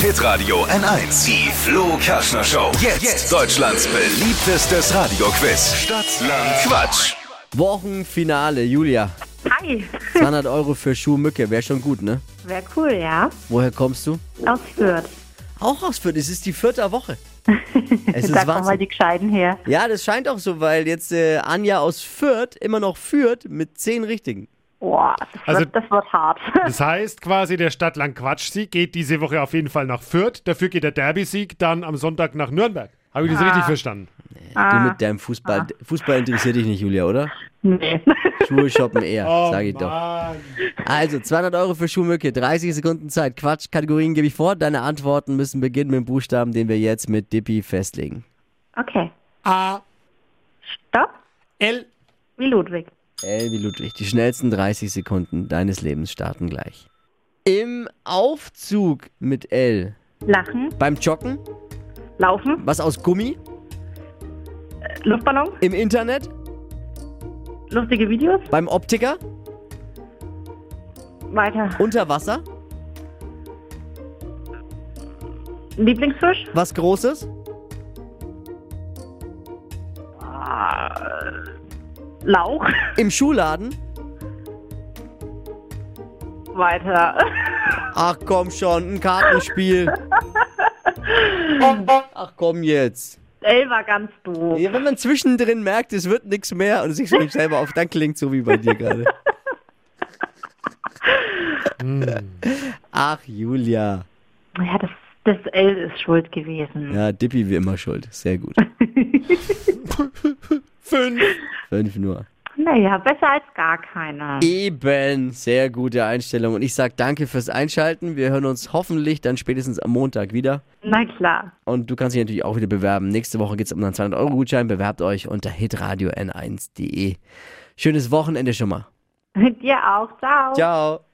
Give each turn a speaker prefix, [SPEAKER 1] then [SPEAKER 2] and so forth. [SPEAKER 1] Hitradio N1. Die Flo Kaschner Show. Jetzt, Deutschlands beliebtestes Radioquiz. Stadt, Land, Quatsch.
[SPEAKER 2] Wochenfinale, Julia.
[SPEAKER 3] Hi.
[SPEAKER 2] 200 Euro für Schuhmücke, wäre schon gut, ne?
[SPEAKER 3] Wäre cool, ja.
[SPEAKER 2] Woher kommst du?
[SPEAKER 3] Aus Fürth.
[SPEAKER 2] Auch aus Fürth, es ist die vierte Woche. Es ist
[SPEAKER 3] da kommen mal
[SPEAKER 2] Wahnsinn.
[SPEAKER 3] die Gescheiten her.
[SPEAKER 2] Ja, das scheint auch so, weil jetzt äh, Anja aus Fürth immer noch führt mit zehn Richtigen.
[SPEAKER 3] Boah, das,
[SPEAKER 4] Also-
[SPEAKER 3] wird, das wird hart.
[SPEAKER 4] Das heißt quasi, der Stadtland Quatsch-Sieg geht diese Woche auf jeden Fall nach Fürth. Dafür geht der Derby-Sieg dann am Sonntag nach Nürnberg. Habe ich das richtig verstanden?
[SPEAKER 3] Ah.
[SPEAKER 2] Du mit deinem Fußball. Fußball interessiert dich nicht, Julia, oder?
[SPEAKER 3] nee.
[SPEAKER 2] Schuhe shoppen eher,
[SPEAKER 3] Oh
[SPEAKER 2] sage ich doch.
[SPEAKER 4] Mann.
[SPEAKER 2] Also, 200 Euro für Schuhmücke, 30 Sekunden Zeit. Quatsch, Kategorien gebe ich vor. Deine Antworten müssen beginnen mit dem Buchstaben, den wir jetzt mit Dippy festlegen.
[SPEAKER 3] Okay.
[SPEAKER 2] Ah.
[SPEAKER 4] A,
[SPEAKER 3] Stopp.
[SPEAKER 4] L,
[SPEAKER 3] Wie Ludwig.
[SPEAKER 2] L wie Ludwig, die schnellsten 30 Sekunden deines Lebens starten gleich. Im Aufzug mit L.
[SPEAKER 3] Lachen.
[SPEAKER 2] Beim Joggen,
[SPEAKER 3] Laufen.
[SPEAKER 2] was aus Gummi,
[SPEAKER 3] Luftballon.
[SPEAKER 2] im Internet,
[SPEAKER 3] Lustige Videos.
[SPEAKER 2] beim Optiker,
[SPEAKER 3] Weiter.
[SPEAKER 2] unter Wasser,
[SPEAKER 3] Lieblingsfisch.
[SPEAKER 2] was Großes,
[SPEAKER 3] Lauch.
[SPEAKER 2] im Schuhladen.
[SPEAKER 3] Weiter.
[SPEAKER 2] Ach komm schon, ein Kartenspiel. Ach komm jetzt.
[SPEAKER 3] L war ganz doof.
[SPEAKER 2] Ja, wenn man zwischendrin merkt, es wird nichts mehr und sich schon selber auf, dann klingt so wie bei dir gerade. Ach, Julia.
[SPEAKER 3] Ja, das, das L ist schuld gewesen.
[SPEAKER 2] Ja, Dippy wie immer schuld. Sehr gut.
[SPEAKER 4] fünf.
[SPEAKER 2] Fünf nur.
[SPEAKER 3] Naja, besser als gar keiner.
[SPEAKER 2] Eben. Sehr gute Einstellung. Und ich sag danke fürs Einschalten. Wir hören uns hoffentlich dann spätestens am Montag wieder.
[SPEAKER 3] Na klar.
[SPEAKER 2] Und du kannst dich natürlich auch wieder bewerben. Nächste Woche geht's um einen 200-Euro-Gutschein. Bewerbt euch unter hitradio n1.de. Schönes Wochenende schon mal.
[SPEAKER 3] Dir auch. Ciao.
[SPEAKER 2] Ciao.